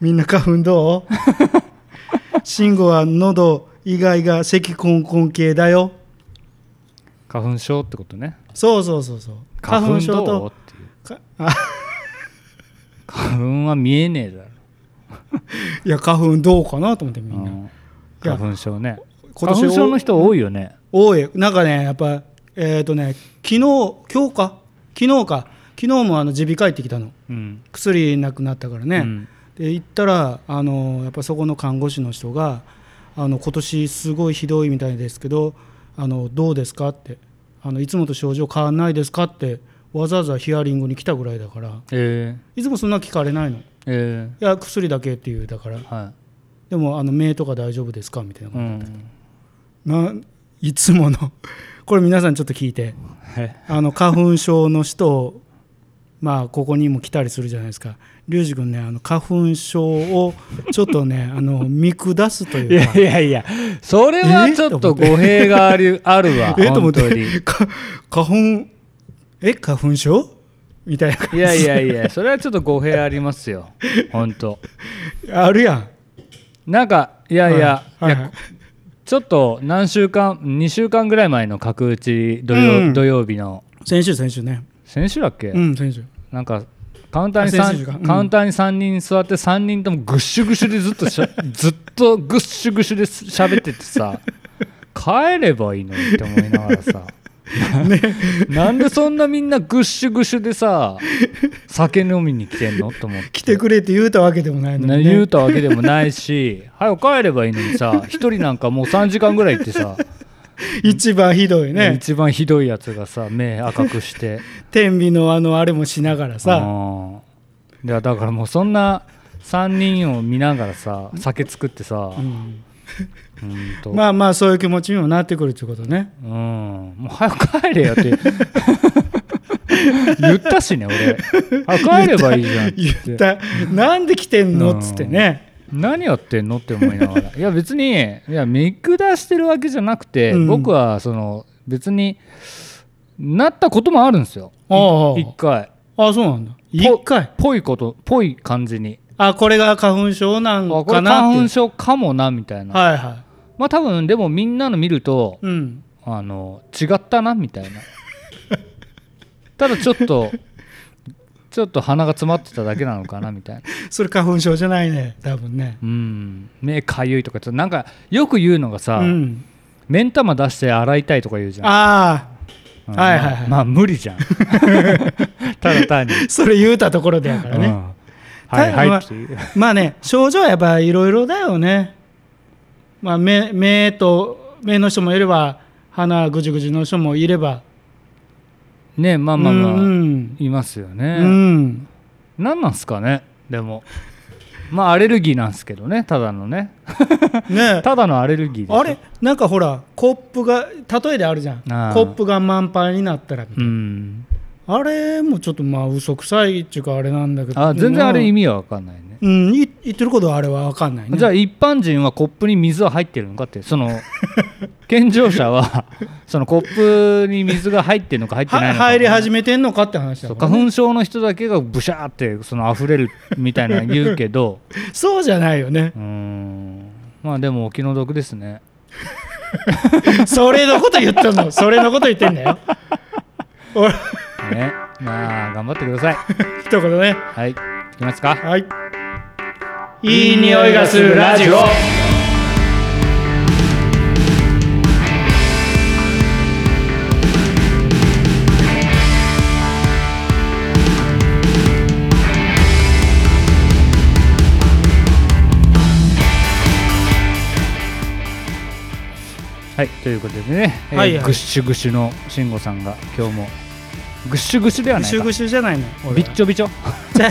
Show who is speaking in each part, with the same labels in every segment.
Speaker 1: みんな花粉どう 慎吾は喉以外が咳コンコン系だよ
Speaker 2: 花粉症ってことね
Speaker 1: そうそうそうそう花粉症
Speaker 2: どうっ
Speaker 1: と
Speaker 2: ていう
Speaker 1: かあ
Speaker 2: 花粉は見えねえだろ
Speaker 1: いや花粉どうかなと思ってみんな、
Speaker 2: うん花粉症ね
Speaker 1: 今
Speaker 2: 花
Speaker 1: 年
Speaker 2: 粉症の人多いよね
Speaker 1: 多いなんかねやっぱえっ、とね昨日今日か昨日か昨日もあの耳鼻科行ってきたの
Speaker 2: うん
Speaker 1: 薬なくなったからね、
Speaker 2: うん
Speaker 1: で行ったらあのやっぱそこの看護師の人があの今年すごいひどいみたいですけどあのどうですかってあのいつもと症状変わらないですかってわざわざヒアリングに来たぐらいだから
Speaker 2: え
Speaker 1: いつもそんな聞かれないのい
Speaker 2: ー、え
Speaker 1: や薬だけっていうだから
Speaker 2: ー、は
Speaker 1: でもあの目とか大丈夫ですかみたい
Speaker 2: い、
Speaker 1: な,、
Speaker 2: う
Speaker 1: な
Speaker 2: ん、
Speaker 1: いつものこれ皆さんちょっと聞いて
Speaker 2: え
Speaker 1: あの花粉症の人、まあ、ここにも来たりするじゃないですか、龍二君ね、あの花粉症をちょっとね、 あの見下すと
Speaker 2: い
Speaker 1: いう
Speaker 2: や
Speaker 1: か、
Speaker 2: いやいや、それはちょっと語弊があるあるわ、
Speaker 1: え と思っ
Speaker 2: 本当に。
Speaker 1: て、か花粉、え、花粉症みたいな感
Speaker 2: いやいやいや、それはちょっと語弊ありますよ、本当。
Speaker 1: じ、あるやん。
Speaker 2: なんか、いやいや、
Speaker 1: はい
Speaker 2: い
Speaker 1: はい
Speaker 2: やちょっと何週間、2週間ぐらい前の角打ち土曜,、
Speaker 1: うん
Speaker 2: 土曜日の、
Speaker 1: 先週、先週ね、
Speaker 2: 先週だっけ、
Speaker 1: うん、先週、
Speaker 2: なんか、カウンターに
Speaker 1: あ先々週か
Speaker 2: 三
Speaker 1: うん
Speaker 2: カウンターに3人座って3人ともぐっしゅぐしゅでずっとしゃ ずっとぐっしゅぐしゅで喋っててさ帰ればいいのにって思いながらさ、なんでそんなみんなぐっしゅぐしゅでさ酒飲みに来てんのと思って
Speaker 1: 来てくれって言うたわけでもないの
Speaker 2: な
Speaker 1: に、
Speaker 2: 言う
Speaker 1: ね、
Speaker 2: たわけでもないし 早く帰ればいいのにさ一人なんかもう3時間ぐらい行ってさ、
Speaker 1: 一番ひどいね、
Speaker 2: 一番ひどいやつがさ目赤くして。
Speaker 1: 天秤のあのあれもしながらさ、
Speaker 2: うんいやだからもうそんな3人を見ながらさ酒作ってさ、
Speaker 1: う
Speaker 2: うん
Speaker 1: ん
Speaker 2: と
Speaker 1: まあまあ、そういう気持ちにもなってくるということね。
Speaker 2: うん、もう早く帰れよって 言ったしね俺早く帰ればいいじゃんって
Speaker 1: 言
Speaker 2: 言
Speaker 1: っ
Speaker 2: って
Speaker 1: たなんで来てんの
Speaker 2: うん
Speaker 1: っつってね、
Speaker 2: 何やってんのって思いながらいや別にいや見下してるわけじゃなくて、
Speaker 1: うん
Speaker 2: 僕はその別になったこともあるんですよ
Speaker 1: ああ
Speaker 2: 一回
Speaker 1: ああそうなんだ一回
Speaker 2: ぽいことぽい感じに
Speaker 1: あこれが花粉症な
Speaker 2: あ
Speaker 1: ん
Speaker 2: こ
Speaker 1: か
Speaker 2: れ
Speaker 1: なって
Speaker 2: 花粉症かもなみたいな
Speaker 1: はいは
Speaker 2: まあ多分でもみんなの見ると
Speaker 1: いうん
Speaker 2: あの違ったなみたいなただちょっとちょっと鼻が詰まってただけなのかなみたいな
Speaker 1: それ花粉症じゃないね多分ね
Speaker 2: うん目かゆいとかちょっとなんかよく言うのがさ、
Speaker 1: うん
Speaker 2: 目ん玉出して洗いたいとか言うじゃん
Speaker 1: あ
Speaker 2: うん
Speaker 1: はいはいはい
Speaker 2: まあ、まあ無理 じゃんただ単に、
Speaker 1: あそれ言うたところでやから
Speaker 2: う
Speaker 1: ね、
Speaker 2: んは
Speaker 1: ただ
Speaker 2: い
Speaker 1: ま
Speaker 2: は
Speaker 1: あ
Speaker 2: いっていう
Speaker 1: まあね症状はやっぱいろいろだよねまあ目目と目の人もいれば鼻ぐじゅぐじゅの人もいれば
Speaker 2: ねまあまあまあ、
Speaker 1: うん
Speaker 2: いますよ
Speaker 1: う
Speaker 2: ね、
Speaker 1: ん、
Speaker 2: なんなんすかねでもまあアレルギーなんですけどねただのね
Speaker 1: うん、ね
Speaker 2: ただのアレルギーですよ
Speaker 1: あれなんかほらコップが例えであるじゃん
Speaker 2: あー
Speaker 1: コップが満杯になったらみたいな
Speaker 2: うん
Speaker 1: あれもちょっとまあ嘘くさいっていうかあれなんだけど
Speaker 2: あ全然あれ意
Speaker 1: 味
Speaker 2: 味は分かんないね
Speaker 1: うんい言ってることはあれは分かんないね
Speaker 2: じゃあ一般人はコップに水は入ってるのかって その健常者は そのコップに水が入ってるのか入ってないの
Speaker 1: は
Speaker 2: か
Speaker 1: 入り始めてんのかって話
Speaker 2: そ
Speaker 1: だ
Speaker 2: う
Speaker 1: から
Speaker 2: 花粉症の人だけがブシャーってその溢れるみたいなの言うけど
Speaker 1: そうじゃないよね
Speaker 2: うーんまあでもお気の毒ですね
Speaker 1: それのこと言ってん のそれのこと言ってんだよ俺
Speaker 2: ねまあ頑張ってください
Speaker 1: 一言ね
Speaker 2: はいいきますか
Speaker 1: はい
Speaker 2: いい匂いがするラジオはいということでね、えー
Speaker 1: はいはい
Speaker 2: ぐっしゅぐしゅの慎吾さんが今日もぐっしゅぐしゅでは
Speaker 1: ぐ
Speaker 2: ない
Speaker 1: しゅ
Speaker 2: か
Speaker 1: ぐしゅじゃないの
Speaker 2: びっちょびちょ
Speaker 1: じゃ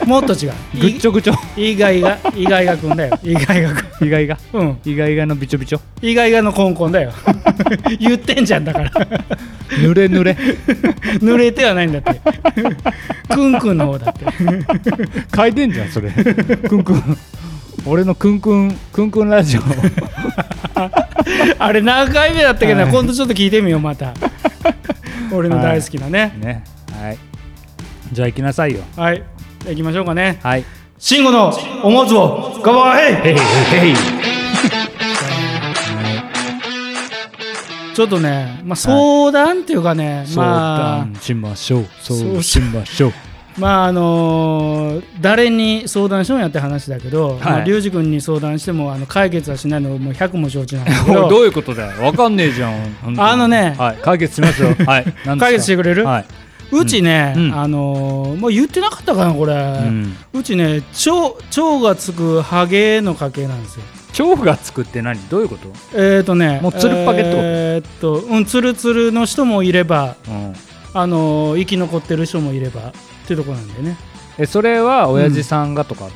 Speaker 1: あもっと違う
Speaker 2: ぐっちょぐちょ
Speaker 1: 意外が意外がくんだよ意外がく
Speaker 2: 意外が
Speaker 1: んうん
Speaker 2: 意外がのびちょびちょ
Speaker 1: 意外がのコンコンだよ 言ってんじゃんだから
Speaker 2: 濡れ濡れ
Speaker 1: 濡れてはないんだ って。くんくんの方だって。
Speaker 2: 嗅いでんじゃんそれくんくん俺のくんくんくんくんラジオ
Speaker 1: あれ何回目だったっけな、
Speaker 2: はい
Speaker 1: 今度ちょっと聞いてみよう、ま た。俺の大好きなね。
Speaker 2: ねはいじゃあ行きなさいよ
Speaker 1: はい、行きましょうかね。
Speaker 2: はい
Speaker 1: 慎吾の思わずをガバヘイ
Speaker 2: へいへいへい
Speaker 1: ちょっとね、まあ、相談っていうかね、
Speaker 2: 相
Speaker 1: まあ
Speaker 2: 談しましょう
Speaker 1: そう
Speaker 2: そうしましょう
Speaker 1: まああのー誰に相談しようやって話だけど、まあリュウジ君に相談してもあの解決はしないのもう100も承知なんだけ
Speaker 2: おいど
Speaker 1: ど
Speaker 2: ういうことだよわかんねえじゃん本当に
Speaker 1: あのね
Speaker 2: はい解決しますよはい 何ですか
Speaker 1: 解決してくれる、
Speaker 2: は
Speaker 1: うちね、
Speaker 2: うん
Speaker 1: あのーもう言ってなかったかなこれ、
Speaker 2: いううん
Speaker 1: ちね蝶蝶がつくハゲの家系なんですよ
Speaker 2: 蝶がつくって何どういうこと
Speaker 1: えっ、とね
Speaker 2: もうつるっぱげってこと
Speaker 1: えーっとうんつるつるの人もいれば
Speaker 2: うん
Speaker 1: あのー生き残ってる人もいればっていうところなんだよね
Speaker 2: えそれは親父さんがとか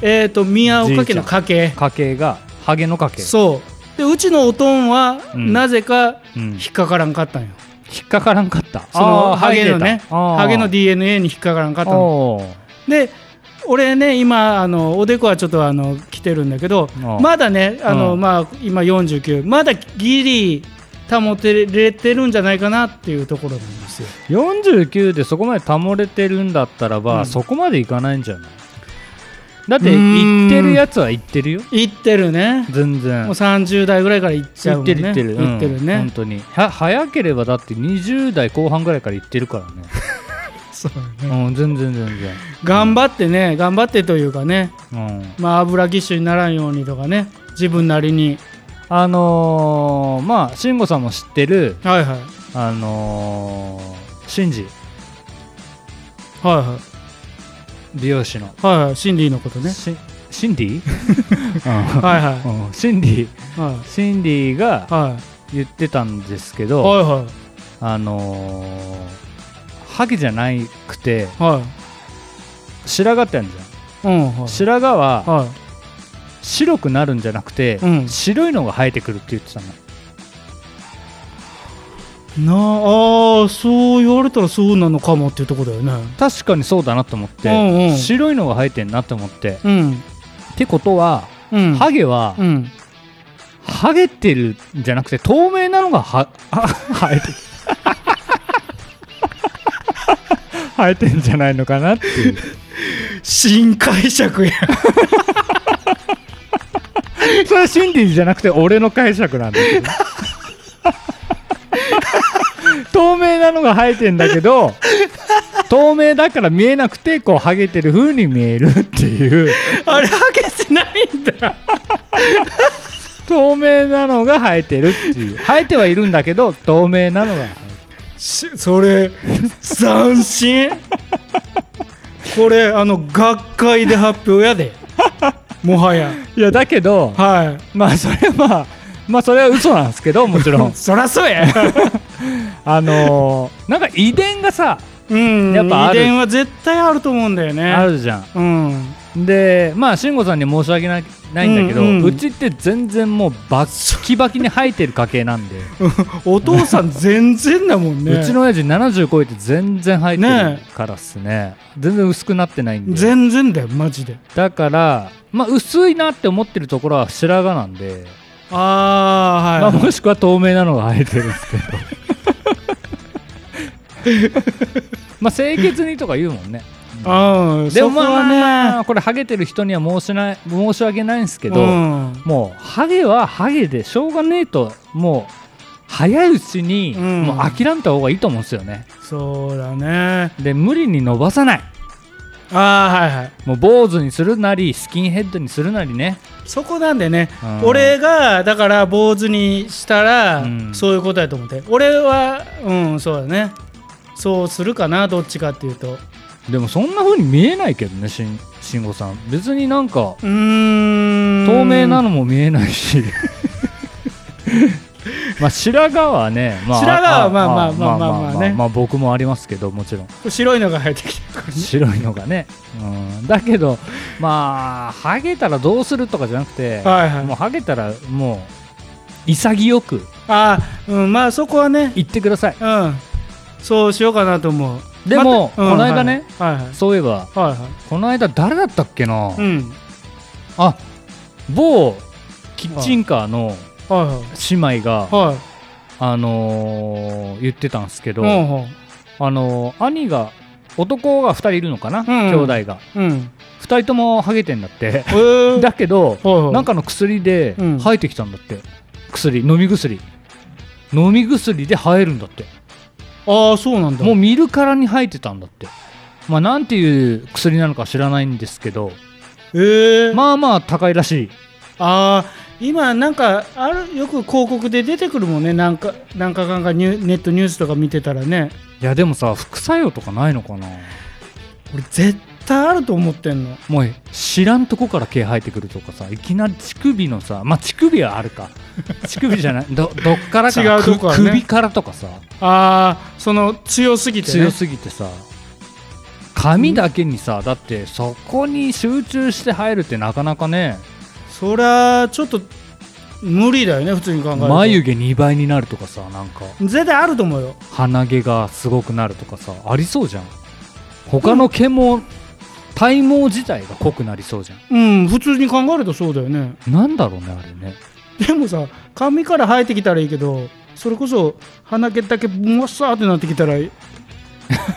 Speaker 1: えーっと宮岡家の家系
Speaker 2: 家系がハゲの家系
Speaker 1: そうでうちのおとんは、
Speaker 2: うん
Speaker 1: なぜか
Speaker 2: うん
Speaker 1: 引っかからんかったんよ
Speaker 2: 引っかからんかった
Speaker 1: そのハゲの
Speaker 2: 生え
Speaker 1: ね
Speaker 2: てたあー
Speaker 1: ハゲの DNA に引っかからんかったの
Speaker 2: おー
Speaker 1: で俺ね今あのおでこはちょっとあの来てるんだけど
Speaker 2: あ
Speaker 1: まだねあの、
Speaker 2: うん
Speaker 1: まあ、今49まだギリ保てれてるんじゃないかなっていうところなんですよ
Speaker 2: 49でそこまで保れてるんだったらば、
Speaker 1: うん
Speaker 2: そこまでいかないんじゃないだって
Speaker 1: うー
Speaker 2: 行
Speaker 1: ん
Speaker 2: ってるやつは行ってるよ
Speaker 1: 行ってるね
Speaker 2: 全然
Speaker 1: もう30代ぐらいから行っちゃう
Speaker 2: 行
Speaker 1: も
Speaker 2: っ
Speaker 1: んね
Speaker 2: てる行ってる、
Speaker 1: 行ってる
Speaker 2: うん本
Speaker 1: ね、
Speaker 2: 当には早ければだって20代後半ぐらいから行ってるからね、
Speaker 1: そうね
Speaker 2: うん、全然全然、
Speaker 1: 頑張ってね頑張ってというかね
Speaker 2: うん、
Speaker 1: まあ油ぎっしゅにならんようにとかね自分なりに
Speaker 2: あのー、まあ慎吾さんも知ってる
Speaker 1: はいはい
Speaker 2: あのー、シンジ
Speaker 1: はいはい
Speaker 2: 美容師の、
Speaker 1: はいはい、シンディのことね。
Speaker 2: シンシンディ、
Speaker 1: はいは
Speaker 2: うんうんシンディ
Speaker 1: い。は
Speaker 2: シンディが
Speaker 1: い。はい。
Speaker 2: 言ってたんですけど、
Speaker 1: はいは
Speaker 2: あのー、ハゲじゃなくて
Speaker 1: い。はい。
Speaker 2: 白髪ってあるじゃ
Speaker 1: うん。は
Speaker 2: ん
Speaker 1: い。
Speaker 2: 白髪は
Speaker 1: は
Speaker 2: 白くなるんじゃなくて、
Speaker 1: うん
Speaker 2: 白いのが生えてくるって言ってたの
Speaker 1: い。なあ、あーそう言われたらそうなのかもっていうとこだよね。
Speaker 2: 確かにそうだなと思って、
Speaker 1: うんうん
Speaker 2: 白いのが生えてんなと思って
Speaker 1: うん。
Speaker 2: ってことは、
Speaker 1: うん。
Speaker 2: ハゲは、
Speaker 1: うん。
Speaker 2: ハゲてるんじゃなくて透明なのがはあ 生えてる生えてんじゃないのかなっていう
Speaker 1: 新解釈や。
Speaker 2: それはシンディじゃなくて俺の解釈なんだけ ど透明なのが生えてんだけど透明だから見えなくてこうハゲてる風に見えるっていう
Speaker 1: あれ、ハゲてないんだ。
Speaker 2: 透明なのが生えてるっていう生えてはいるんだけど透明なのが生えてる
Speaker 1: しそれ、斬新。これ、あの、学会で発表やで。もはや。
Speaker 2: いやだけど
Speaker 1: は
Speaker 2: まあそれはまあまあそれは嘘なんですけどもちろん
Speaker 1: い。そらそうや。
Speaker 2: あのーなんか遺伝がさ
Speaker 1: うん。
Speaker 2: やっぱある
Speaker 1: 遺伝は絶対あると思うんだよね。
Speaker 2: あ。るじゃ
Speaker 1: うん。
Speaker 2: んでまあ慎吾さんに申し訳なないんだけど、
Speaker 1: う
Speaker 2: うん
Speaker 1: うん
Speaker 2: ちって全然もうバッキバキに生えてる家系なんで、
Speaker 1: お父さん全然だもんね
Speaker 2: うちの親父70超えて全然生えて
Speaker 1: ね
Speaker 2: るからっすね全然薄くなってないんで
Speaker 1: 全然だよマジで
Speaker 2: だからまあ薄いなって思ってるところは白髪なんで、
Speaker 1: あ
Speaker 2: ま
Speaker 1: あ
Speaker 2: あ、
Speaker 1: はい、
Speaker 2: もしくは透明なのが生えてるんですけ どまあ清潔にとか言うもんね
Speaker 1: あ、うん
Speaker 2: でもまあ
Speaker 1: そこ
Speaker 2: まあ
Speaker 1: は
Speaker 2: まあ
Speaker 1: ね
Speaker 2: これハゲてる人には申しない申し訳ないんですけど、
Speaker 1: うん
Speaker 2: もうハゲはハゲでしょうがねえともう早いうちに
Speaker 1: うん
Speaker 2: もう諦めた方がいいと思うんですよね、
Speaker 1: そうだね
Speaker 2: で無理に伸ばさない
Speaker 1: ああはいはい
Speaker 2: もう坊主にするなりスキンヘッドにするなりね
Speaker 1: そこなんでね、
Speaker 2: うん
Speaker 1: 俺がだから坊主にしたら、
Speaker 2: うん
Speaker 1: そういうことやと思って俺はうんそうだねそうするかなどっちかっていうとう
Speaker 2: でもそんな風に見えないけどねしん慎吾さん別になんか
Speaker 1: ーん
Speaker 2: 透明なのも見えな いしまあ白髪はね、まあ、
Speaker 1: 白髪はまあまあまあまあまあね
Speaker 2: まあ僕もありますけどもちろん
Speaker 1: 白いのが生えてきたからね
Speaker 2: 白いのがね、うん、だけどまあハゲたらどうするとかじゃなくて、
Speaker 1: はいはい
Speaker 2: もうハゲたらもう潔く
Speaker 1: ああうんまあそこはね
Speaker 2: 言ってください
Speaker 1: うんそうしようかなと思う
Speaker 2: でも
Speaker 1: またうん
Speaker 2: この間ね
Speaker 1: はいはい
Speaker 2: そういえば
Speaker 1: はいはい
Speaker 2: この間誰だったっけな、
Speaker 1: うん
Speaker 2: あ某キッチンカーの
Speaker 1: はいはい
Speaker 2: 姉妹が、
Speaker 1: はい。
Speaker 2: あのー言ってたんですけど、
Speaker 1: うんうん
Speaker 2: あのー兄が男が2人いるのかな、
Speaker 1: ん
Speaker 2: 兄弟が
Speaker 1: うん
Speaker 2: 2人ともハゲてんだって
Speaker 1: えー
Speaker 2: だけど、
Speaker 1: はいはい
Speaker 2: なんかの薬で
Speaker 1: うん
Speaker 2: 生えてきたんだって、薬飲み薬飲み薬で生えるんだって
Speaker 1: ああそうなんだ
Speaker 2: もう見るからに生えてたんだってまあなんていう薬なのか知らないんですけど
Speaker 1: ええ
Speaker 2: まあまあ高いらしい
Speaker 1: ああ今なんかあるよく広告で出てくるもんねなんかなんかかんかニュネットニュースとか見てたらね
Speaker 2: いやでもさ副作用とかないのかな
Speaker 1: 俺絶対あると思ってんの
Speaker 2: もう知らんとこから毛生えてくるとかさいきなり乳首のさまあ乳首はあるか乳 首じゃないどどっからか
Speaker 1: 違うとこはね
Speaker 2: く首からとかさ
Speaker 1: ああその強すぎてね
Speaker 2: 強すぎてさ髪だけにさだってそこに集中して入るってなかなかね
Speaker 1: そりゃちょっと無理だよね普通に考えると
Speaker 2: 眉毛2倍になるとかさなんか
Speaker 1: 絶対あると思うよ
Speaker 2: 鼻毛がすごくなるとかさありそうじゃん他の毛も体毛自体が濃くなりそうじゃ
Speaker 1: うん普通に考えるとそうだよね
Speaker 2: んなんだろうねあれね
Speaker 1: でもさ髪から生えてきたらいいけどそれこそ鼻毛だけもわっさーってなってきたら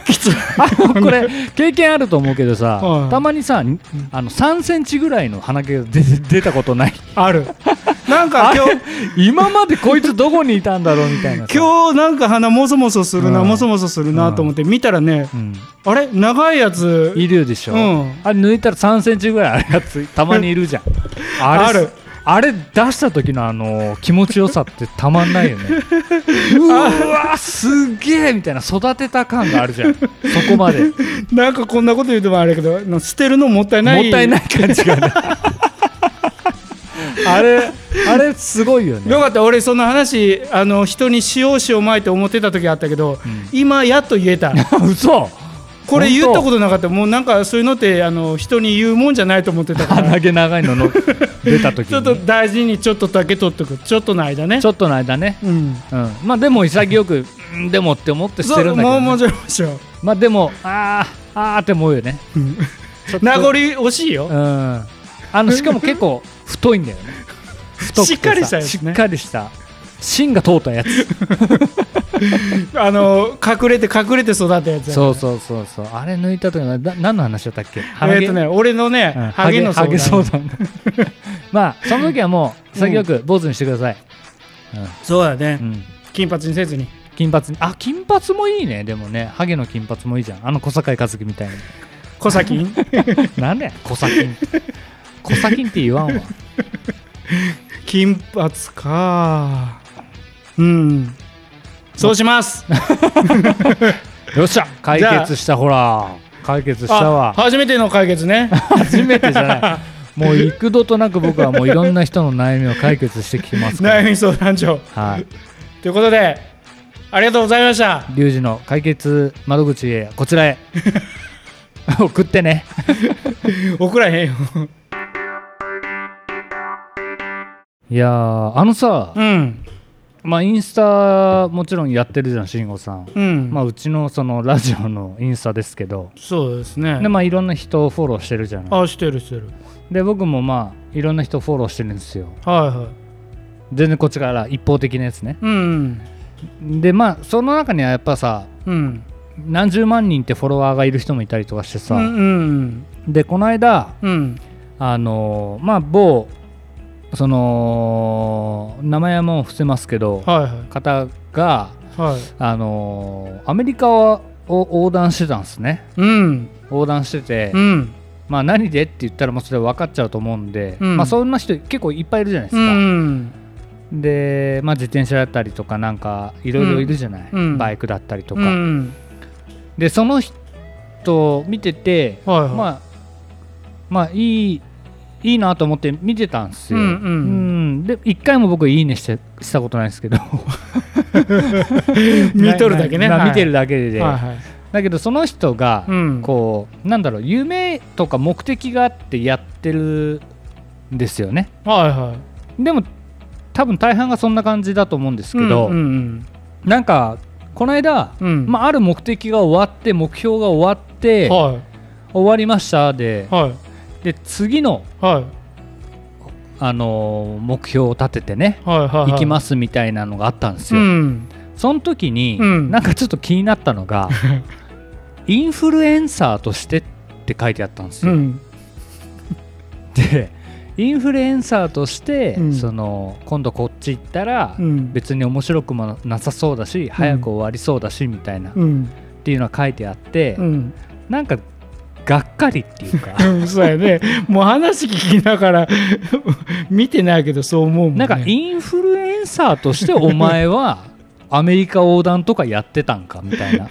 Speaker 1: き つい
Speaker 2: あのこれ経験あると思うけどさ、
Speaker 1: はい
Speaker 2: たまにさにあの3センチぐらいの鼻毛が出て出たことない
Speaker 1: あるなんか今日
Speaker 2: 今までこいつどこにいたんだろうみたいなさ
Speaker 1: 今日なんか鼻もそもそするな、
Speaker 2: うん
Speaker 1: もそもそするなと思って見たらね、
Speaker 2: うん、
Speaker 1: あれ長いやつ
Speaker 2: いるでしょ、
Speaker 1: うん
Speaker 2: あれ抜いたら3センチぐらいある やつたまにいるじゃんあれ
Speaker 1: ある
Speaker 2: あれ出した時のあの気持ちよさってたまんない よねうわすげえみたいな育てた感があるじゃんそこまでもっ
Speaker 1: なんかこんなこと言うてもあれやけどな捨てるのもったいない
Speaker 2: たいない感じが ねあれあれすごいよね
Speaker 1: よかった俺その話あの人にしようしようまいと思ってた時あったけど、今やっと言えた
Speaker 2: 嘘
Speaker 1: これ言ったこととなかったもうなんかそういうのってあの人に言うもんじゃないと思ってたから
Speaker 2: 鼻毛長いのの出た時に
Speaker 1: ちょっと大事にちょっとだけ取っとくちょっとの間ね
Speaker 2: ちょっとの間ね、
Speaker 1: うん
Speaker 2: うん、まあでも潔くうんでもって思ってしてるんだけ
Speaker 1: そ
Speaker 2: ど、
Speaker 1: うもうも
Speaker 2: ね、
Speaker 1: ちろんもちろん
Speaker 2: まあでもあーあーって思うよねちょっと
Speaker 1: 名残惜しいよ、
Speaker 2: うんあのしかも結構太いんだよ ね太くてさ
Speaker 1: しっかりしたやつね
Speaker 2: しっかりした芯が通った やつ
Speaker 1: あの隠れて隠れて育ったやつや
Speaker 2: そうそうそうそうあれ抜いた時なな何の話だったっけ鼻
Speaker 1: え
Speaker 2: 毛
Speaker 1: っとね、俺のね、
Speaker 2: うん
Speaker 1: ハゲの相
Speaker 2: ハゲ
Speaker 1: 談
Speaker 2: 相談 まあその時はもう潔く坊主にしてください、
Speaker 1: そうだね、
Speaker 2: うん
Speaker 1: 金髪にせずに
Speaker 2: 金髪あ金髪もいいねでもねハゲの金髪もいいじゃんあの小堺一樹みたいに
Speaker 1: 小 先
Speaker 2: なんだよ小崎小崎って言わんわ
Speaker 1: 金髪かうんそうし ます
Speaker 2: よっしゃ解決したほら解決した
Speaker 1: あ
Speaker 2: わ
Speaker 1: 初めての解決 ね
Speaker 2: 初めてじゃない もう幾度となく僕はもういろんな人の悩みを解決してきてますから
Speaker 1: 悩み相談所
Speaker 2: はい
Speaker 1: ということでありがとうございま した
Speaker 2: リュウジの解決窓口へこち らへ送ってね
Speaker 1: 送らへんよ
Speaker 2: いやーあのさ、
Speaker 1: うん
Speaker 2: まあインスタもちろんやってるじゃん慎吾さん、
Speaker 1: うん
Speaker 2: まあうちのそのラジオのインスタですけど、
Speaker 1: そうですね
Speaker 2: でまあいろんな人をフォローしてるじゃない
Speaker 1: あしてるしてる
Speaker 2: で僕もまあいろんな人フォローしてるんですよ
Speaker 1: はいはい
Speaker 2: 全然こっちから一方的なやつね
Speaker 1: うん
Speaker 2: でまあその中にはやっぱさ
Speaker 1: うん
Speaker 2: 何十万人ってフォロワーがいる人もいたりとかしてさ、
Speaker 1: うんうん
Speaker 2: でこの間
Speaker 1: うん
Speaker 2: あのーまあ某その名前はもう伏せますけ
Speaker 1: は
Speaker 2: ど
Speaker 1: いは
Speaker 2: 方が
Speaker 1: いはい
Speaker 2: あのーアメリカを横断してたんですね
Speaker 1: うん
Speaker 2: 横断してて、
Speaker 1: うん
Speaker 2: まあ何でって言ったらもうそれ分かっちゃうと思うんで、
Speaker 1: うん
Speaker 2: まあそんな人結構いっぱいいるじゃないで
Speaker 1: う
Speaker 2: すか、
Speaker 1: ん
Speaker 2: で、まあ、自転車だったりとかなんかいろいろいるじゃない、
Speaker 1: うん
Speaker 2: バイクだったり
Speaker 1: と
Speaker 2: とか、
Speaker 1: うん、
Speaker 2: でその人を見てて、
Speaker 1: はいはい、
Speaker 2: まあまあいいいいなと思って見てたんですよ、
Speaker 1: うんうん
Speaker 2: うんで一回も僕「いいねして」したことないんですけど
Speaker 1: 見とるだけね。
Speaker 2: なな
Speaker 1: はい
Speaker 2: 見てるだけで、
Speaker 1: はいはい。
Speaker 2: だけどその人が
Speaker 1: うん
Speaker 2: こう、なんだろう夢とか目的があってやってるんですよね
Speaker 1: はいはい。
Speaker 2: でも多分大半がそんな感じだと思うんですけど、
Speaker 1: うんうん
Speaker 2: なんかこの間、
Speaker 1: うん。うん
Speaker 2: まあ、ある目的が終わって目標が終わって、
Speaker 1: は
Speaker 2: 終わりましたで
Speaker 1: いはい
Speaker 2: で次の、
Speaker 1: はい
Speaker 2: あのー目標を立ててね
Speaker 1: はいはい。
Speaker 2: 行きますすみたいなのがあったんです
Speaker 1: う
Speaker 2: よ、
Speaker 1: ん。
Speaker 2: その時に、
Speaker 1: うん
Speaker 2: なんかちょっと気になったのが行インフルエンサーとしてって書いてあったんです
Speaker 1: う
Speaker 2: よ、
Speaker 1: ん
Speaker 2: でインフルエンサーとして、
Speaker 1: うん
Speaker 2: その今度こっち行ったら、
Speaker 1: うん
Speaker 2: 別に面白くもなさそうだし、早く終わりそうだしみたいな、っ
Speaker 1: うん
Speaker 2: ていうのは書いてあって、
Speaker 1: うん
Speaker 2: なんかがっかりっていうか
Speaker 1: うんそうやね もう話聞きながら 見てないけどそう思うもん、ね、
Speaker 2: なんかインフルエンサーとしてお前 はアメリカ横断とかやってたんかみたいな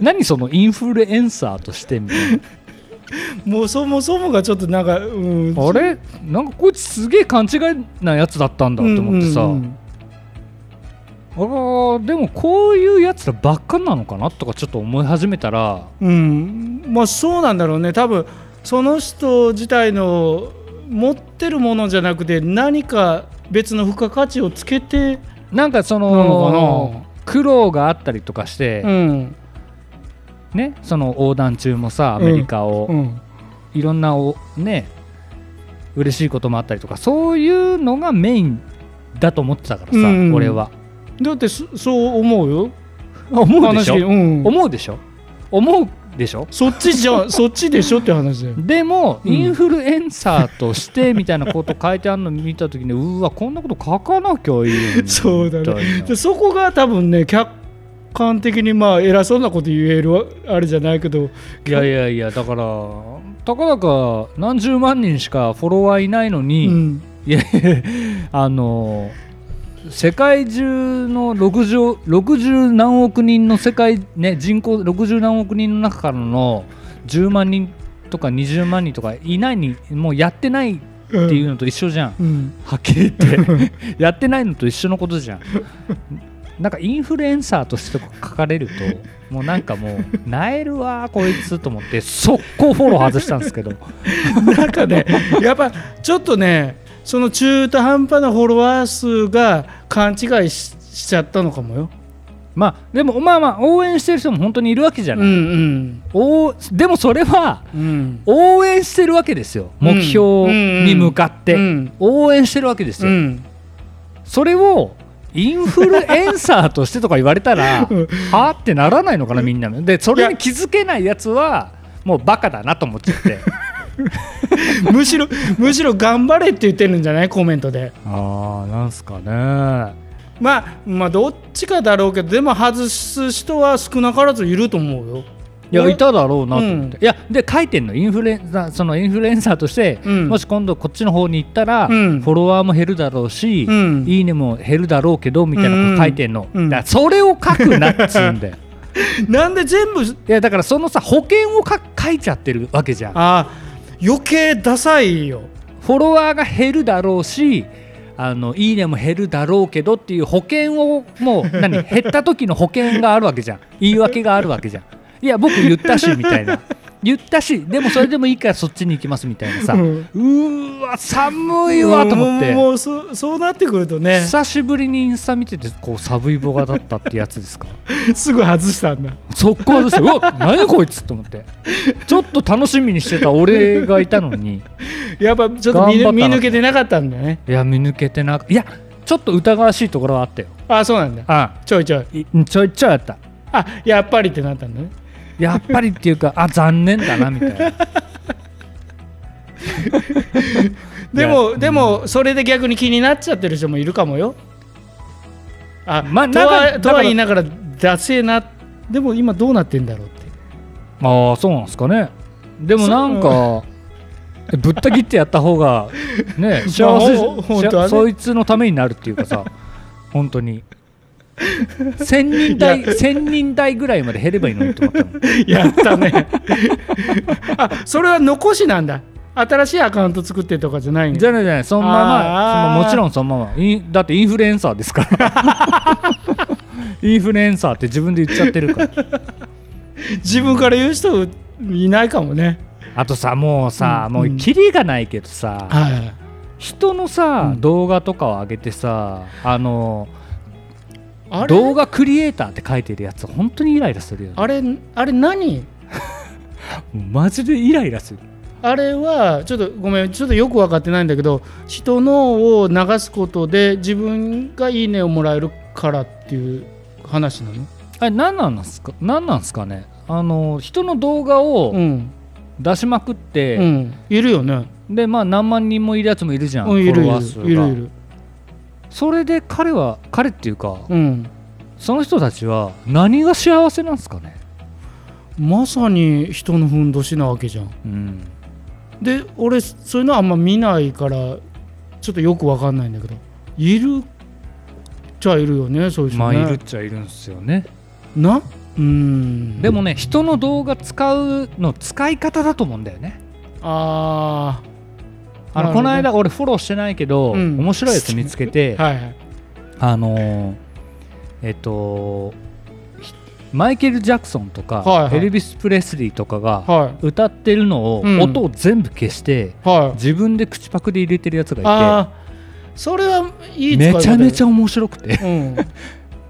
Speaker 2: 何そのインフルエンサーとしてみたいな
Speaker 1: もうそもそもがちょっとなんか、うん、
Speaker 2: あれなんかこいつすげえ勘違いなやつだったんだと思ってさ、
Speaker 1: うんうん
Speaker 2: あらでもこういうやつらばっかなのかなとかちょっと思い始めたら
Speaker 1: うん、まあそうなんだろうね多分その人自体の持ってるものじゃなくて何か別の付加価値をつけて、
Speaker 2: なんかそ
Speaker 1: なのか
Speaker 2: の苦労があったりとかして、
Speaker 1: うん
Speaker 2: ねその横断中もさアメリカを、
Speaker 1: うん
Speaker 2: いろんなおね嬉しいこともあったりとかそういうのがメインだと思ってたからさ、
Speaker 1: うん
Speaker 2: 俺は
Speaker 1: だってそそう思うよ
Speaker 2: 思うでし
Speaker 1: 話
Speaker 2: ょ
Speaker 1: うん、
Speaker 2: 思うでしょ思うでしょ
Speaker 1: そっちじ ゃそっちでしょって話だよ
Speaker 2: でも、
Speaker 1: うん
Speaker 2: インフルエンサーとしてみたいなこと書いてあるの見た時にうわこんなこと書かなきゃいいのに
Speaker 1: そうだね
Speaker 2: みたいな
Speaker 1: でそこが多分ね客観的にまあ偉そうなこと言えるあれじゃないけど
Speaker 2: いやいやいやだからたかだか何十万人しかフォロワーいないの
Speaker 1: う
Speaker 2: に、
Speaker 1: ん
Speaker 2: いやいやあの世界中の 60, 60何億人の世界、ね、人口60何億人の中からの10万人とか20万人とかいないにもうやってないって
Speaker 1: うん
Speaker 2: いうのと一緒じゃん、
Speaker 1: うん
Speaker 2: はっきり言って やってないのと一緒のことじゃんなんかインフルエンサーとして書かれるともうなんかもうなえるわこいつと思って速攻フォロー外したんですけど
Speaker 1: なんかね、やっぱちょっとね、その中途半端なフォロワー数が勘違いししちゃったのかもよ。
Speaker 2: まあでもまあまあ応援してる人も本当にいるわけじゃ
Speaker 1: うん
Speaker 2: ない、
Speaker 1: うん
Speaker 2: おでもそれは
Speaker 1: うん。
Speaker 2: 応援してるわけですよ
Speaker 1: うん
Speaker 2: 目標に向かって、
Speaker 1: うん
Speaker 2: 応援してるわけです
Speaker 1: う
Speaker 2: よ、
Speaker 1: ん、
Speaker 2: それをインフルエンサーとしてとか言われたら
Speaker 1: うん
Speaker 2: はあってならないのかなみんなでそれに気づけないやつはもうバカだなと思っちゃって
Speaker 1: むしろ むしろ頑張れって言ってるんじゃないコメントで
Speaker 2: ああなんすかね
Speaker 1: まあまあどっちかだろうけどでも外す人は少なからずいると思うよ
Speaker 2: いや
Speaker 1: 俺
Speaker 2: いただろうなと思って、いやで書いてんのインフルエンサーそのインフルエンサーとして、
Speaker 1: うん
Speaker 2: もし今度こっちの方に行ったら、
Speaker 1: うん
Speaker 2: フォロワーも減るだろうし、
Speaker 1: うん
Speaker 2: いいねも減るだろうけどみたいなこと書いてんの、
Speaker 1: うん
Speaker 2: だからそれを書くなっつう んだよ
Speaker 1: なんで全部
Speaker 2: いやだからそのさ保険をか書いちゃってるわけじゃん
Speaker 1: あ余計ダサいよ
Speaker 2: フォロワーが減るだろうしあのいいねも減るだろうけどっていう保険をもう何減った時の保険があるわけじゃん言い訳があるわけじゃんいや僕言ったしみたいな言ったしでもそれでもいいからそっちに行きますみたいなさ、う
Speaker 1: うん
Speaker 2: ーわ寒いわと思っ
Speaker 1: もう
Speaker 2: て
Speaker 1: もうそそうなってくるとね
Speaker 2: 久しぶりにインスタ見ててこうサブイボがだったってやつですか
Speaker 1: すぐ外したんだ
Speaker 2: 速攻ですようわ何こいつと思ってちょっと楽しみにしてた俺がいたのに
Speaker 1: やっぱちょっと見
Speaker 2: 頑張ったな
Speaker 1: 見抜けてなかったんだね
Speaker 2: いや見抜けてなかいやちょっと疑わしいところはあったよ
Speaker 1: あそうなんだ
Speaker 2: あ
Speaker 1: ちょいちょい
Speaker 2: いちょいちょいあった
Speaker 1: あやっぱりってなったんだね
Speaker 2: やっぱりっていうかあ残念だなみたい な
Speaker 1: で
Speaker 2: い
Speaker 1: も
Speaker 2: や
Speaker 1: でもそれで逆に気になっちゃってる人もいるかもよあ
Speaker 2: まあ
Speaker 1: と
Speaker 2: なん
Speaker 1: は
Speaker 2: か
Speaker 1: と
Speaker 2: だか
Speaker 1: は
Speaker 2: ら
Speaker 1: 言いながらダセえなでも今どうなってんだろうって
Speaker 2: ああそうなんですかねでもなんかえぶった切ってやった方が ね幸せ、
Speaker 1: ほほんとはね
Speaker 2: しそいつのためになるっていうかさ本当に千人
Speaker 1: い
Speaker 2: 台千人台ぐらいまで減ればいいのにと思ったの
Speaker 1: やったねあそれは残しなんだ新しいアカウント作ってとかじゃないんだ
Speaker 2: じゃないじゃないそのま
Speaker 1: あ
Speaker 2: ま
Speaker 1: ー
Speaker 2: そのもちろんそのままインだってインフルエンサーですから インフルエンサーって自分で言っちゃってるから
Speaker 1: 自分から言う人いないかもね
Speaker 2: あとさもうさ、
Speaker 1: うん
Speaker 2: もうキリがないけどさ、
Speaker 1: はい
Speaker 2: 人のさ、
Speaker 1: うん
Speaker 2: 動画とかを上げてさあの
Speaker 1: あ
Speaker 2: 動
Speaker 1: れ
Speaker 2: 画クリエイターって書いてるやつ本当にイライラするよね
Speaker 1: あれあれ何
Speaker 2: マジでイライラする
Speaker 1: あれはちょっとごめんちょっとよく分かってないんだけど人のを流すことで自分がいいねをもらえるからっていう話なの
Speaker 2: あれ何なんですか何なんですかねあの人の動画
Speaker 1: う
Speaker 2: を
Speaker 1: ん、
Speaker 2: 出しまく
Speaker 1: う
Speaker 2: って、
Speaker 1: ん、いるよね、
Speaker 2: でまあ何万人もいるやつもいるじゃん、
Speaker 1: うん、い
Speaker 2: フ
Speaker 1: るい
Speaker 2: ォロ
Speaker 1: る
Speaker 2: ワー数が
Speaker 1: いるいる、
Speaker 2: それで彼は彼っていうか、
Speaker 1: うん、
Speaker 2: その人たちは何が幸せなんですかね
Speaker 1: まさに人のふんどしなわけじゃん
Speaker 2: うん
Speaker 1: で俺そういうのはあんま見ないからちょっとよくわかんないんだけどいるっちゃいるよねそういう人ね
Speaker 2: まあいるっちゃいるんですよね
Speaker 1: なうん
Speaker 2: でもね人の動画使うの使い方だと思うんだよね
Speaker 1: あな
Speaker 2: あの
Speaker 1: るほどね
Speaker 2: この間俺フォローしてないけど、
Speaker 1: うん
Speaker 2: 面白いやつ見つけて、
Speaker 1: あはいはい
Speaker 2: あのーえっとひマイケル・ジャクソンとか、
Speaker 1: はいはい
Speaker 2: エルビス・プレスリーとかが
Speaker 1: は
Speaker 2: 歌ってるのを、
Speaker 1: うん
Speaker 2: 音を全部消して
Speaker 1: いはい
Speaker 2: 自分で口パクで入れてるやつが
Speaker 1: ああそれはい
Speaker 2: いて
Speaker 1: い
Speaker 2: めちゃめち
Speaker 1: ゃ
Speaker 2: ゃ面白く て
Speaker 1: うん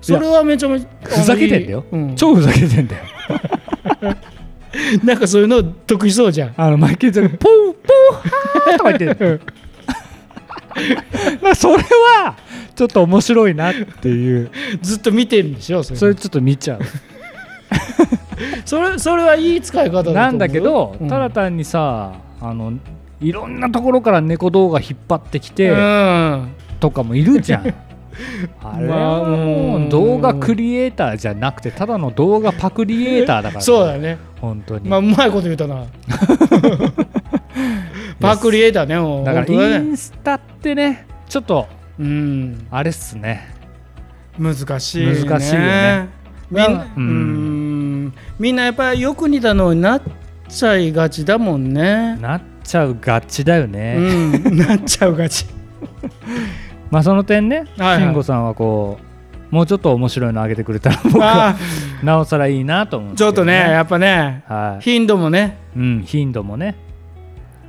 Speaker 1: それはめちゃめちゃ
Speaker 2: ふざけてんだよ
Speaker 1: あのいいうん
Speaker 2: 超ふざけてんだよ
Speaker 1: なんかそういうの得意そうじゃん
Speaker 2: あのマイケル・ジャクソンポーポーハーとか言ってるまあ それはちょっと面白いなっていう
Speaker 1: ずっと見てるんでしょそれ
Speaker 2: それちょっと見ちゃう
Speaker 1: それそれはいい使い方だと思うよ
Speaker 2: なんだけど、
Speaker 1: うん
Speaker 2: ただ単にさあのいろんなところから猫動画引っ張ってき
Speaker 1: う
Speaker 2: て、
Speaker 1: ん
Speaker 2: とかもいる じゃんあれは
Speaker 1: まあう
Speaker 2: も
Speaker 1: ん
Speaker 2: う動画クリエイターじゃなくてただの動画パクリエイターだか ら、
Speaker 1: そうだね
Speaker 2: 本当に、
Speaker 1: まあうまいこと言った なパクリエイターねもう
Speaker 2: だから
Speaker 1: 本当だ
Speaker 2: イ
Speaker 1: ね
Speaker 2: ンスタってねちょっと
Speaker 1: うん
Speaker 2: あれっすね
Speaker 1: 難しいね
Speaker 2: 難しいよね
Speaker 1: みん
Speaker 2: だから
Speaker 1: う
Speaker 2: うん
Speaker 1: んみんなやっぱりよく似たのになっちゃいがちだもんね
Speaker 2: なっちゃうがちだよね、
Speaker 1: うん なっちゃうがち
Speaker 2: まあその点ね
Speaker 1: はいはい
Speaker 2: 慎吾さんはこうもうちょっと面白いの上げてくれたら僕は
Speaker 1: あー
Speaker 2: なおさらいいなと思うん
Speaker 1: ち
Speaker 2: です
Speaker 1: ょ
Speaker 2: け
Speaker 1: っと
Speaker 2: ど
Speaker 1: ねやっぱね
Speaker 2: はい
Speaker 1: 頻度もね
Speaker 2: うん、頻度もね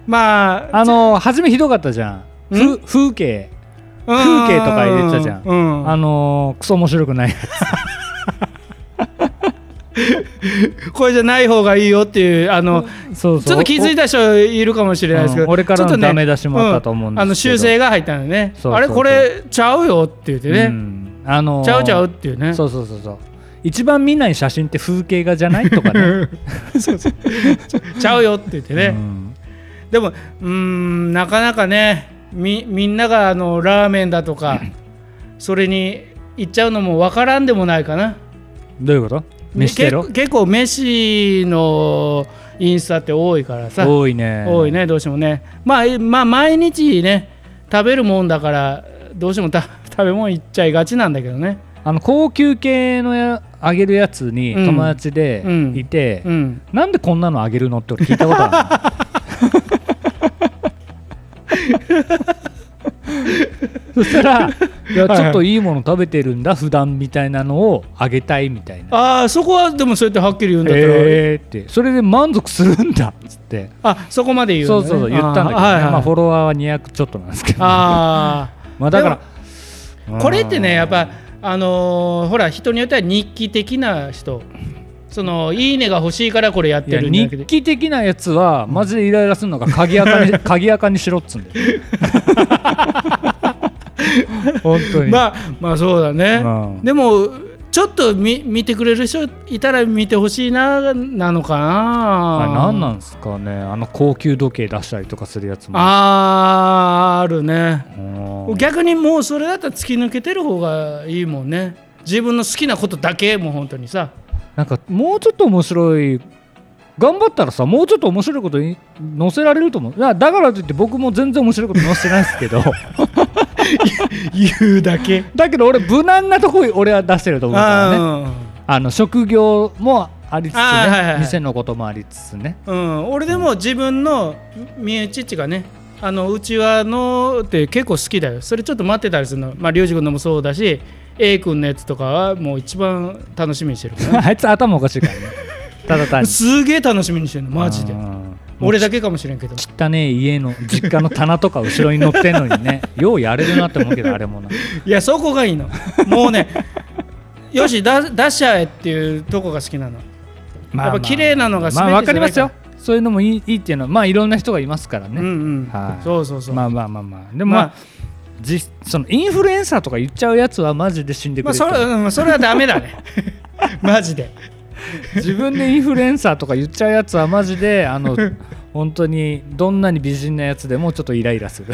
Speaker 1: まあ
Speaker 2: あの初めひどかったじゃんふ風景風景とか入れてたじゃん
Speaker 1: ううん
Speaker 2: あのークソ面白く ない
Speaker 1: これじゃない方がいいよっていうあの
Speaker 2: そうそう
Speaker 1: ちょっと気づい
Speaker 2: い
Speaker 1: た人いるかもしれないですけど、
Speaker 2: うん俺からの
Speaker 1: ちょっとね
Speaker 2: ダメ出しもあったと思うんですけど
Speaker 1: あの修正が入ったのね
Speaker 2: そうそうそう
Speaker 1: あれこれちゃうよって言ってね、
Speaker 2: あのー
Speaker 1: ちゃうちゃうっていうね
Speaker 2: そうそうそうそう一番見ない写真って風景画じゃないとかね
Speaker 1: ちゃうよって言って
Speaker 2: う
Speaker 1: ね、
Speaker 2: ん
Speaker 1: でもうーんなかなかねみみんながあのラーメンだとかそれに行っちゃうのもわからんでもないかな
Speaker 2: どういうこと飯テロ
Speaker 1: け結構飯のインスタって多いからさ
Speaker 2: 多いね
Speaker 1: 多いねどうしてもね、まあ、えまあ毎日ね食べるもんだからどうしてもた 食べ物いっちゃいがちなんだけどね
Speaker 2: あの高級系のやあげるやつに
Speaker 1: うん
Speaker 2: 友達でいて、
Speaker 1: うん
Speaker 2: なんでこんなのあげるのって俺聞いたことあ るそしたらいや
Speaker 1: はい
Speaker 2: ちょっといいもの食べてるんだ普段みたいなのをあげたいみたいな
Speaker 1: ああそこはでもそうやってはっきり言うんだったら、
Speaker 2: えーってそれで満足するんだっつって
Speaker 1: あそこまで言う
Speaker 2: そ
Speaker 1: の
Speaker 2: う
Speaker 1: ね
Speaker 2: そうそう言ったんだけどね、
Speaker 1: あーはいはい
Speaker 2: まあ、フォロワーは200ちょっとなんです けど、
Speaker 1: あ
Speaker 2: まあ、だから
Speaker 1: あこれってねやっぱ
Speaker 2: う
Speaker 1: あのーほら人によっては日記的な人そのいいねが欲しいからこれやっ
Speaker 2: んい
Speaker 1: て
Speaker 2: や
Speaker 1: るんじゃなく
Speaker 2: 日
Speaker 1: て
Speaker 2: 記的なやつはマジでイライラするのが鍵垢に鍵垢にしろっつうんだ よ本当に、
Speaker 1: まあまあそうだね、
Speaker 2: うん
Speaker 1: でもちょっと見見てくれる人いたら見てほしいななのかな
Speaker 2: あれ何なんですかねあの高級時計出したりとかするやつも
Speaker 1: あーあるね
Speaker 2: うん
Speaker 1: 逆にもうそれだったら突き抜けてる方がいいもんね自分の好きなことだけもう本当にさ
Speaker 2: なんかもうちょっと面白い頑張ったらさもうちょっと面白いことに載せられると思うだだからといって僕も全然面白いこと載せてないで すけど
Speaker 1: 言うだけ
Speaker 2: だけど俺無難なとこ俺は出してると思うからね
Speaker 1: あ
Speaker 2: あの職業もありつつね、
Speaker 1: あーはいはい
Speaker 2: 店のこともありつつね
Speaker 1: ーうん俺でも自分の身内っちがねあのうちわのって結構好きだよそれちょっと待ってたりするのまあ龍二君のもそうだし A 君のやつとかはもう一番楽しみにしてるか
Speaker 2: あいつ頭おかしいからねただ単
Speaker 1: ら
Speaker 2: に
Speaker 1: すげえ楽しみにしてるの マジで
Speaker 2: うん
Speaker 1: 俺だけかもしれんけど
Speaker 2: 汚ねえ家の実家の棚とか後ろに乗ってんのに ねようやれるなって思うけどあれもない
Speaker 1: やそこがいいのもう ねよしだ出しちゃえっていうとこが好きなのやっぱ綺麗なのが全
Speaker 2: ま
Speaker 1: てじゃない
Speaker 2: あわかりますよそういうのもいいいいっていうのはまあいろんな人がいますからね、
Speaker 1: うんうん、
Speaker 2: はい
Speaker 1: そうそうそう、
Speaker 2: ま
Speaker 1: まあ
Speaker 2: あまあまあまあでもまあ、
Speaker 1: まあ
Speaker 2: じそのインフルエンサーとか言っちゃうやつはマジで死んでくれ
Speaker 1: それ
Speaker 2: と思う
Speaker 1: うんそれはダメだねマジで
Speaker 2: 自分でインフルエンサーとか言っちゃうやつはマジであの 本当にどんなに美人なやつでもちょっとイライラする、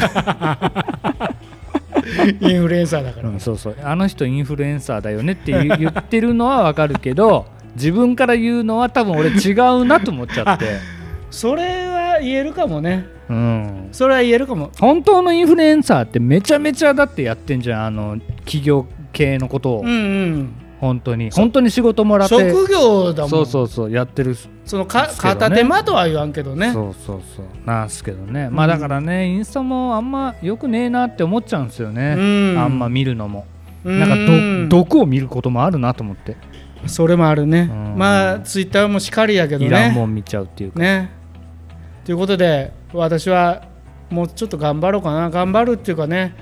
Speaker 1: インフルエンサーだから、
Speaker 2: うんそうそうあの人インフルエンサーだよねって言言ってるのはわかる けど自分から言うのは多分俺違うなと思っちゃって、
Speaker 1: それは言えるかもね
Speaker 2: うん、
Speaker 1: それは言えるかも
Speaker 2: 本当のインフルエンサーってめちゃめちゃだってやってんじゃんあの企業系のことを、
Speaker 1: うんうん
Speaker 2: 本当に本当に仕事もらって
Speaker 1: 職業だもん
Speaker 2: そうそうそうやってる
Speaker 1: そのか
Speaker 2: ですけどね
Speaker 1: 片手間とは言わんけどね
Speaker 2: そうそうそうなんすけどね、まあだからねインスタもあんまよくねえなって思っちゃうんですよ
Speaker 1: う
Speaker 2: ね、
Speaker 1: ん
Speaker 2: あんま見るのも、
Speaker 1: うん
Speaker 2: なんかど毒を見ることもあるなと思って、
Speaker 1: それもあるね
Speaker 2: うん
Speaker 1: まあツイッターもしかりやけど
Speaker 2: いら
Speaker 1: ね
Speaker 2: んもん見ちゃうっていうか、
Speaker 1: ねということで私はもうちょっと頑張ろうかな頑張るっていうかね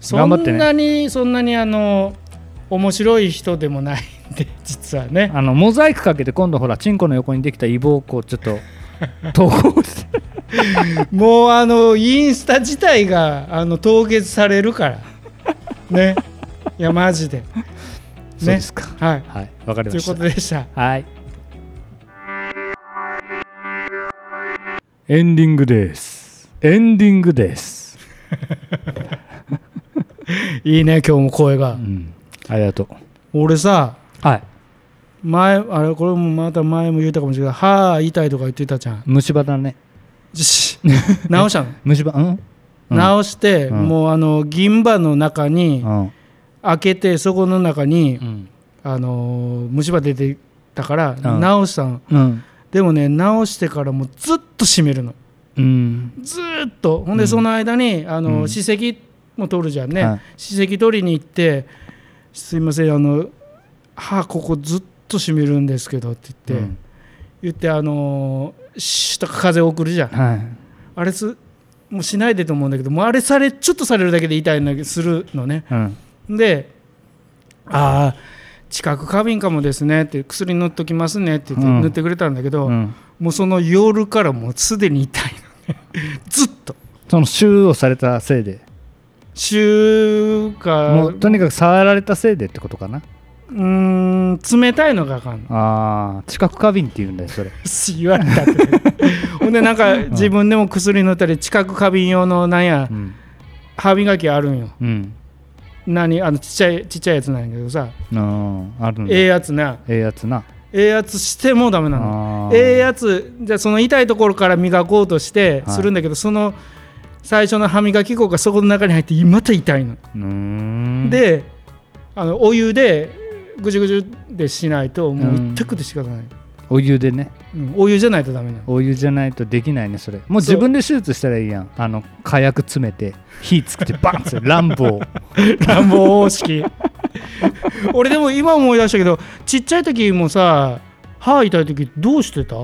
Speaker 1: そ
Speaker 2: 頑張ってね
Speaker 1: んなに、そんなにあの面白い人でもないんで 実はね
Speaker 2: あのモザイクかけて今度ほらチンコの横にできたイボをこうちょっ と投稿して
Speaker 1: もうあのインスタ自体があの凍結される からねいやマジで
Speaker 2: そうですか
Speaker 1: はい
Speaker 2: はいわかり
Speaker 1: と
Speaker 2: ま
Speaker 1: いう
Speaker 2: し
Speaker 1: こ
Speaker 2: た
Speaker 1: とでした
Speaker 2: はいエンディングですエンディングです、
Speaker 1: いいね今日も声が
Speaker 2: う、ん、ありがとう
Speaker 1: 俺さ
Speaker 2: はい
Speaker 1: 前あれこれもまた前も言ったかもしれないけど歯痛いとか言ってた じゃん
Speaker 2: 虫歯だね
Speaker 1: し直したの
Speaker 2: 虫歯うんうん
Speaker 1: 直して、
Speaker 2: うん
Speaker 1: もうあの銀歯の中に
Speaker 2: うん
Speaker 1: 開けてそこの中に、
Speaker 2: うん
Speaker 1: あのー虫歯出てたから
Speaker 2: うん
Speaker 1: 直したの、
Speaker 2: うん
Speaker 1: でもね直してからもうずっと閉めるの
Speaker 2: うん
Speaker 1: ずーっとほん
Speaker 2: う
Speaker 1: で
Speaker 2: ん
Speaker 1: その間に、あ
Speaker 2: う
Speaker 1: の
Speaker 2: ん
Speaker 1: 歯石も取るじゃんね、
Speaker 2: はい
Speaker 1: 歯石取りに行って「すいませんあの歯ここずっと閉めるんですけど」って言って、
Speaker 2: うん
Speaker 1: 言ってあのーシュッと風を送るじゃん
Speaker 2: はい
Speaker 1: あれすもうしないでと思うんだけどもうあれされちょっとされるだけで痛いのするのね
Speaker 2: うん
Speaker 1: で「ああ知覚過敏かもですね」って「薬塗っときますね」って言って
Speaker 2: うん
Speaker 1: 塗ってくれたんだけど、
Speaker 2: うん
Speaker 1: もうその夜からもうすでに痛いのね ずっと
Speaker 2: そのシューをされたせいで
Speaker 1: 週か
Speaker 2: もうとにかく触られたせいでってことかな
Speaker 1: うーん冷たいのがあかんの
Speaker 2: ああ知覚過敏って言うんだよそれ
Speaker 1: 言われたって ほんでなんか自分でも薬塗ったり知覚過敏用のなんや
Speaker 2: うん
Speaker 1: 歯磨きあるんよ
Speaker 2: うん
Speaker 1: 何あのちっちゃいちっちゃいやつなんやけどさ、
Speaker 2: うんあるんだ
Speaker 1: ええ
Speaker 2: え
Speaker 1: やつな
Speaker 2: えやつな
Speaker 1: ええやつしてもダメなの
Speaker 2: あー
Speaker 1: ええやつじゃあその痛いところから磨こうとして
Speaker 2: はい
Speaker 1: するんだけど、その最初の歯磨き粉がそこの中に入ってまた痛いの、
Speaker 2: うーん
Speaker 1: であのお湯でぐじゅぐじゅでしないともう痛くて仕方ない、
Speaker 2: お湯でね
Speaker 1: うんお湯じゃないとダメ なの
Speaker 2: お湯じゃないとできないねそれもう
Speaker 1: そう
Speaker 2: 自分で手術したらいいやんあの火薬詰めて火つけてバンって 乱暴
Speaker 1: 乱暴方式 俺でも今思い出したけどちっちゃい時もさ歯痛い時どうしてた、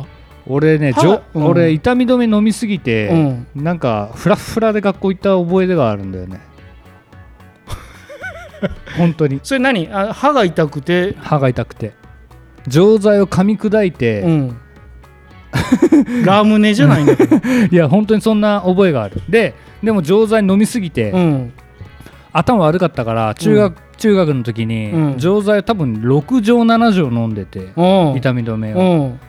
Speaker 2: 俺ね、
Speaker 1: は
Speaker 2: じょ
Speaker 1: うん
Speaker 2: 俺痛み止め飲みすぎて、
Speaker 1: うん
Speaker 2: なんかフラッフラで学校行った覚えがあるんだよ ね本当に
Speaker 1: それ何あ歯が痛くて
Speaker 2: 歯が痛くて錠剤を噛み砕いて、
Speaker 1: うん、 ラムネじゃないんだけど、
Speaker 2: いや本当にそんな覚えがあるででも錠剤飲みすぎて、
Speaker 1: うん、
Speaker 2: 頭悪かったから中学、中学の時に、
Speaker 1: うん
Speaker 2: 錠剤を多分6錠7錠飲んでて、
Speaker 1: うん
Speaker 2: 痛み止めを、
Speaker 1: うん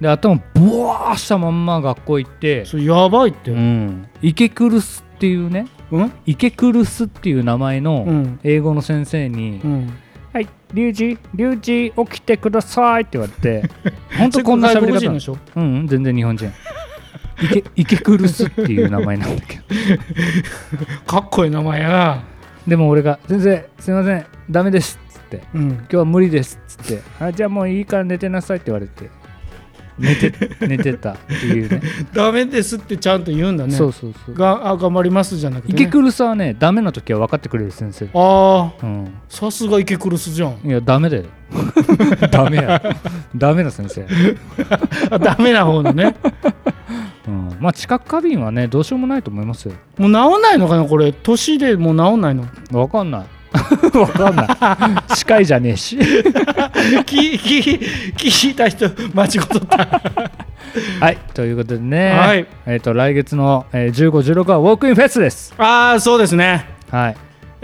Speaker 2: で頭ボワーしたまんま学校行って、
Speaker 1: それやばいって
Speaker 2: う
Speaker 1: うん
Speaker 2: ん、池クルスっていうね
Speaker 1: うん
Speaker 2: 池クルスっていう名前の、
Speaker 1: うん
Speaker 2: 英語の先生に「はいリュウジリュウジ起きてください」って言わ れて本当こんな喋り
Speaker 1: 外国
Speaker 2: 方
Speaker 1: 人
Speaker 2: な
Speaker 1: で
Speaker 2: の
Speaker 1: しょ
Speaker 2: うんうん全然日本人イケイケクルスっていう名前なんだけど
Speaker 1: かっこいい名前やな、
Speaker 2: でも俺が「先生すいませんダメです」っつって「
Speaker 1: うん
Speaker 2: 今、日は無理です」っつって「あじゃあもういいから寝てなさい」って言われて寝 て寝てたっていうね
Speaker 1: ダメですってちゃんと言うんだね
Speaker 2: そうそうそう
Speaker 1: があ頑張りますじゃなくて、
Speaker 2: イ
Speaker 1: ね、
Speaker 2: ケクルスはねダメな時は分かってくれる先生
Speaker 1: ああ
Speaker 2: うん
Speaker 1: さすが池クルスじゃん
Speaker 2: いやダメだよ ダメやダメな先生
Speaker 1: あダメな方の ね
Speaker 2: うん、まあ知覚過敏はねどうしようもないと思いますよ
Speaker 1: もう治んないのかなこれ年でもう治んないの
Speaker 2: わかんない わかんない司会じゃねえ し
Speaker 1: 聞聞聞いた人間違っとった、
Speaker 2: はいということでね、
Speaker 1: はい
Speaker 2: えっと来月の、えー1516はウォークインフェスです
Speaker 1: ああそうですね
Speaker 2: はい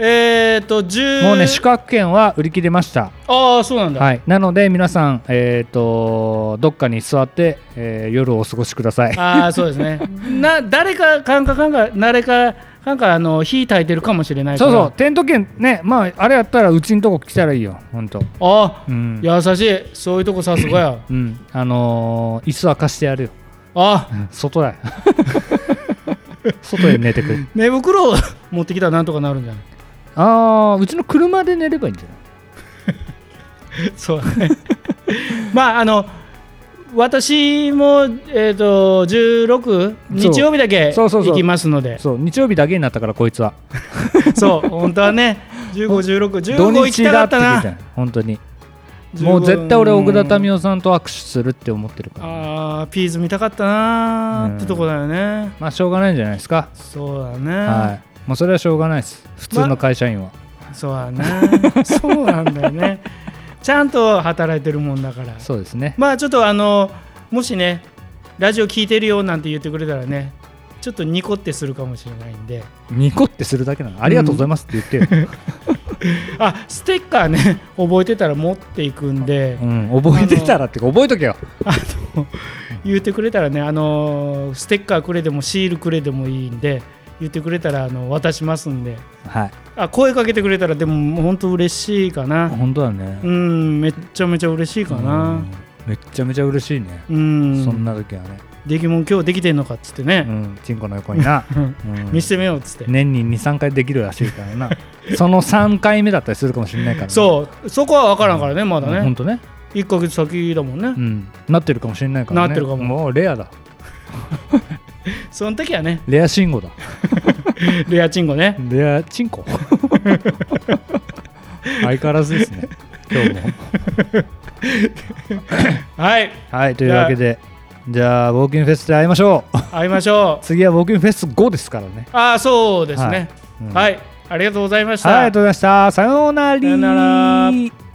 Speaker 1: えー、っと10
Speaker 2: もうね宿泊券は売り切れました
Speaker 1: ああそうなんだ、
Speaker 2: はいなので皆さんえっ、とどっかに座って、えー夜をお過ごしください
Speaker 1: ああそうですね な誰かかんかかんか誰かかんかあの火焚いてるかもしれないか
Speaker 2: そ
Speaker 1: ら
Speaker 2: うそうテント券ねまああれやったらうちのとこ来たらいいよほんと
Speaker 1: あ
Speaker 2: うん
Speaker 1: 優しいそういうとこさすがや
Speaker 2: うんあのー椅子は貸してやるよ
Speaker 1: あ
Speaker 2: うん外だよ外で寝てくれ
Speaker 1: 寝袋を 持ってきたらなんとかなるんじゃない
Speaker 2: ああうちの車で寝ればいいんじゃない
Speaker 1: そうだね まああの私も、えー、と16
Speaker 2: そう
Speaker 1: 日曜日だけ
Speaker 2: そうそうそう
Speaker 1: 行きますので
Speaker 2: そう日曜日だけになったからこいつは
Speaker 1: そう本当はね151615
Speaker 2: 土
Speaker 1: 行き
Speaker 2: 日
Speaker 1: たか
Speaker 2: だっ
Speaker 1: ってた
Speaker 2: 言っ
Speaker 1: な
Speaker 2: てたよ本当にもう絶対俺奥田民生さんと握手するって思ってるから
Speaker 1: あーピーズ見たかったなーってとこだよね
Speaker 2: まあしょうがないんじゃないですか
Speaker 1: そうだね、
Speaker 2: はいもうそれはしょうがないです普通の会社員は、
Speaker 1: そうだ ねそうなんだよねちゃんと働いてるもんだから
Speaker 2: そうですね
Speaker 1: まあちょっとあのもしねラジオ聞いてるよなんて言ってくれたらねちょっとニコってするかもしれないんで
Speaker 2: ニコってするだけなのありがとうございますって言って よ、
Speaker 1: あステッカーね覚えてたら持っていくんで
Speaker 2: うん覚えてたらってか覚えとけよ
Speaker 1: 言ってくれたらねあのステッカーくれてもシールくれてもいいんで言ってくれたらあの渡しますんで
Speaker 2: はい
Speaker 1: あ声かけてくれたらでももう本当嬉しいかな
Speaker 2: 本当だね
Speaker 1: うんめっちゃめちゃ嬉しいか
Speaker 2: う
Speaker 1: なん
Speaker 2: めっちゃめちゃ嬉しいね、
Speaker 1: うん
Speaker 2: そんな時はね
Speaker 1: できもん今日できてんのかっつって
Speaker 2: う
Speaker 1: ね、
Speaker 2: んチンコの横 にな、
Speaker 1: うん
Speaker 2: うん
Speaker 1: 見せてみようっつって、
Speaker 2: 年に23回できるらしいからなその3回目だったりするかもしれないから、ね、
Speaker 1: そうそこは分からんからねまだ
Speaker 2: うんほん
Speaker 1: ね、
Speaker 2: とね、
Speaker 1: 一1か月先だもんね、
Speaker 2: うん、なってるかもしれないから、ね、
Speaker 1: なってるかも
Speaker 2: もうレアだ
Speaker 1: その時はね
Speaker 2: レア信号だ
Speaker 1: レアチンゴね
Speaker 2: レアチン コ相変わらずですね今日も
Speaker 1: はい
Speaker 2: はいというわけでじゃあウォーキングフェスで会いましょう
Speaker 1: 会いましょう
Speaker 2: 次はウォーキングフェス5ですからね、
Speaker 1: ああそうですね
Speaker 2: うん
Speaker 1: はい、ありがとうございました、
Speaker 2: はいありがとうございましたさようなら
Speaker 1: さようなら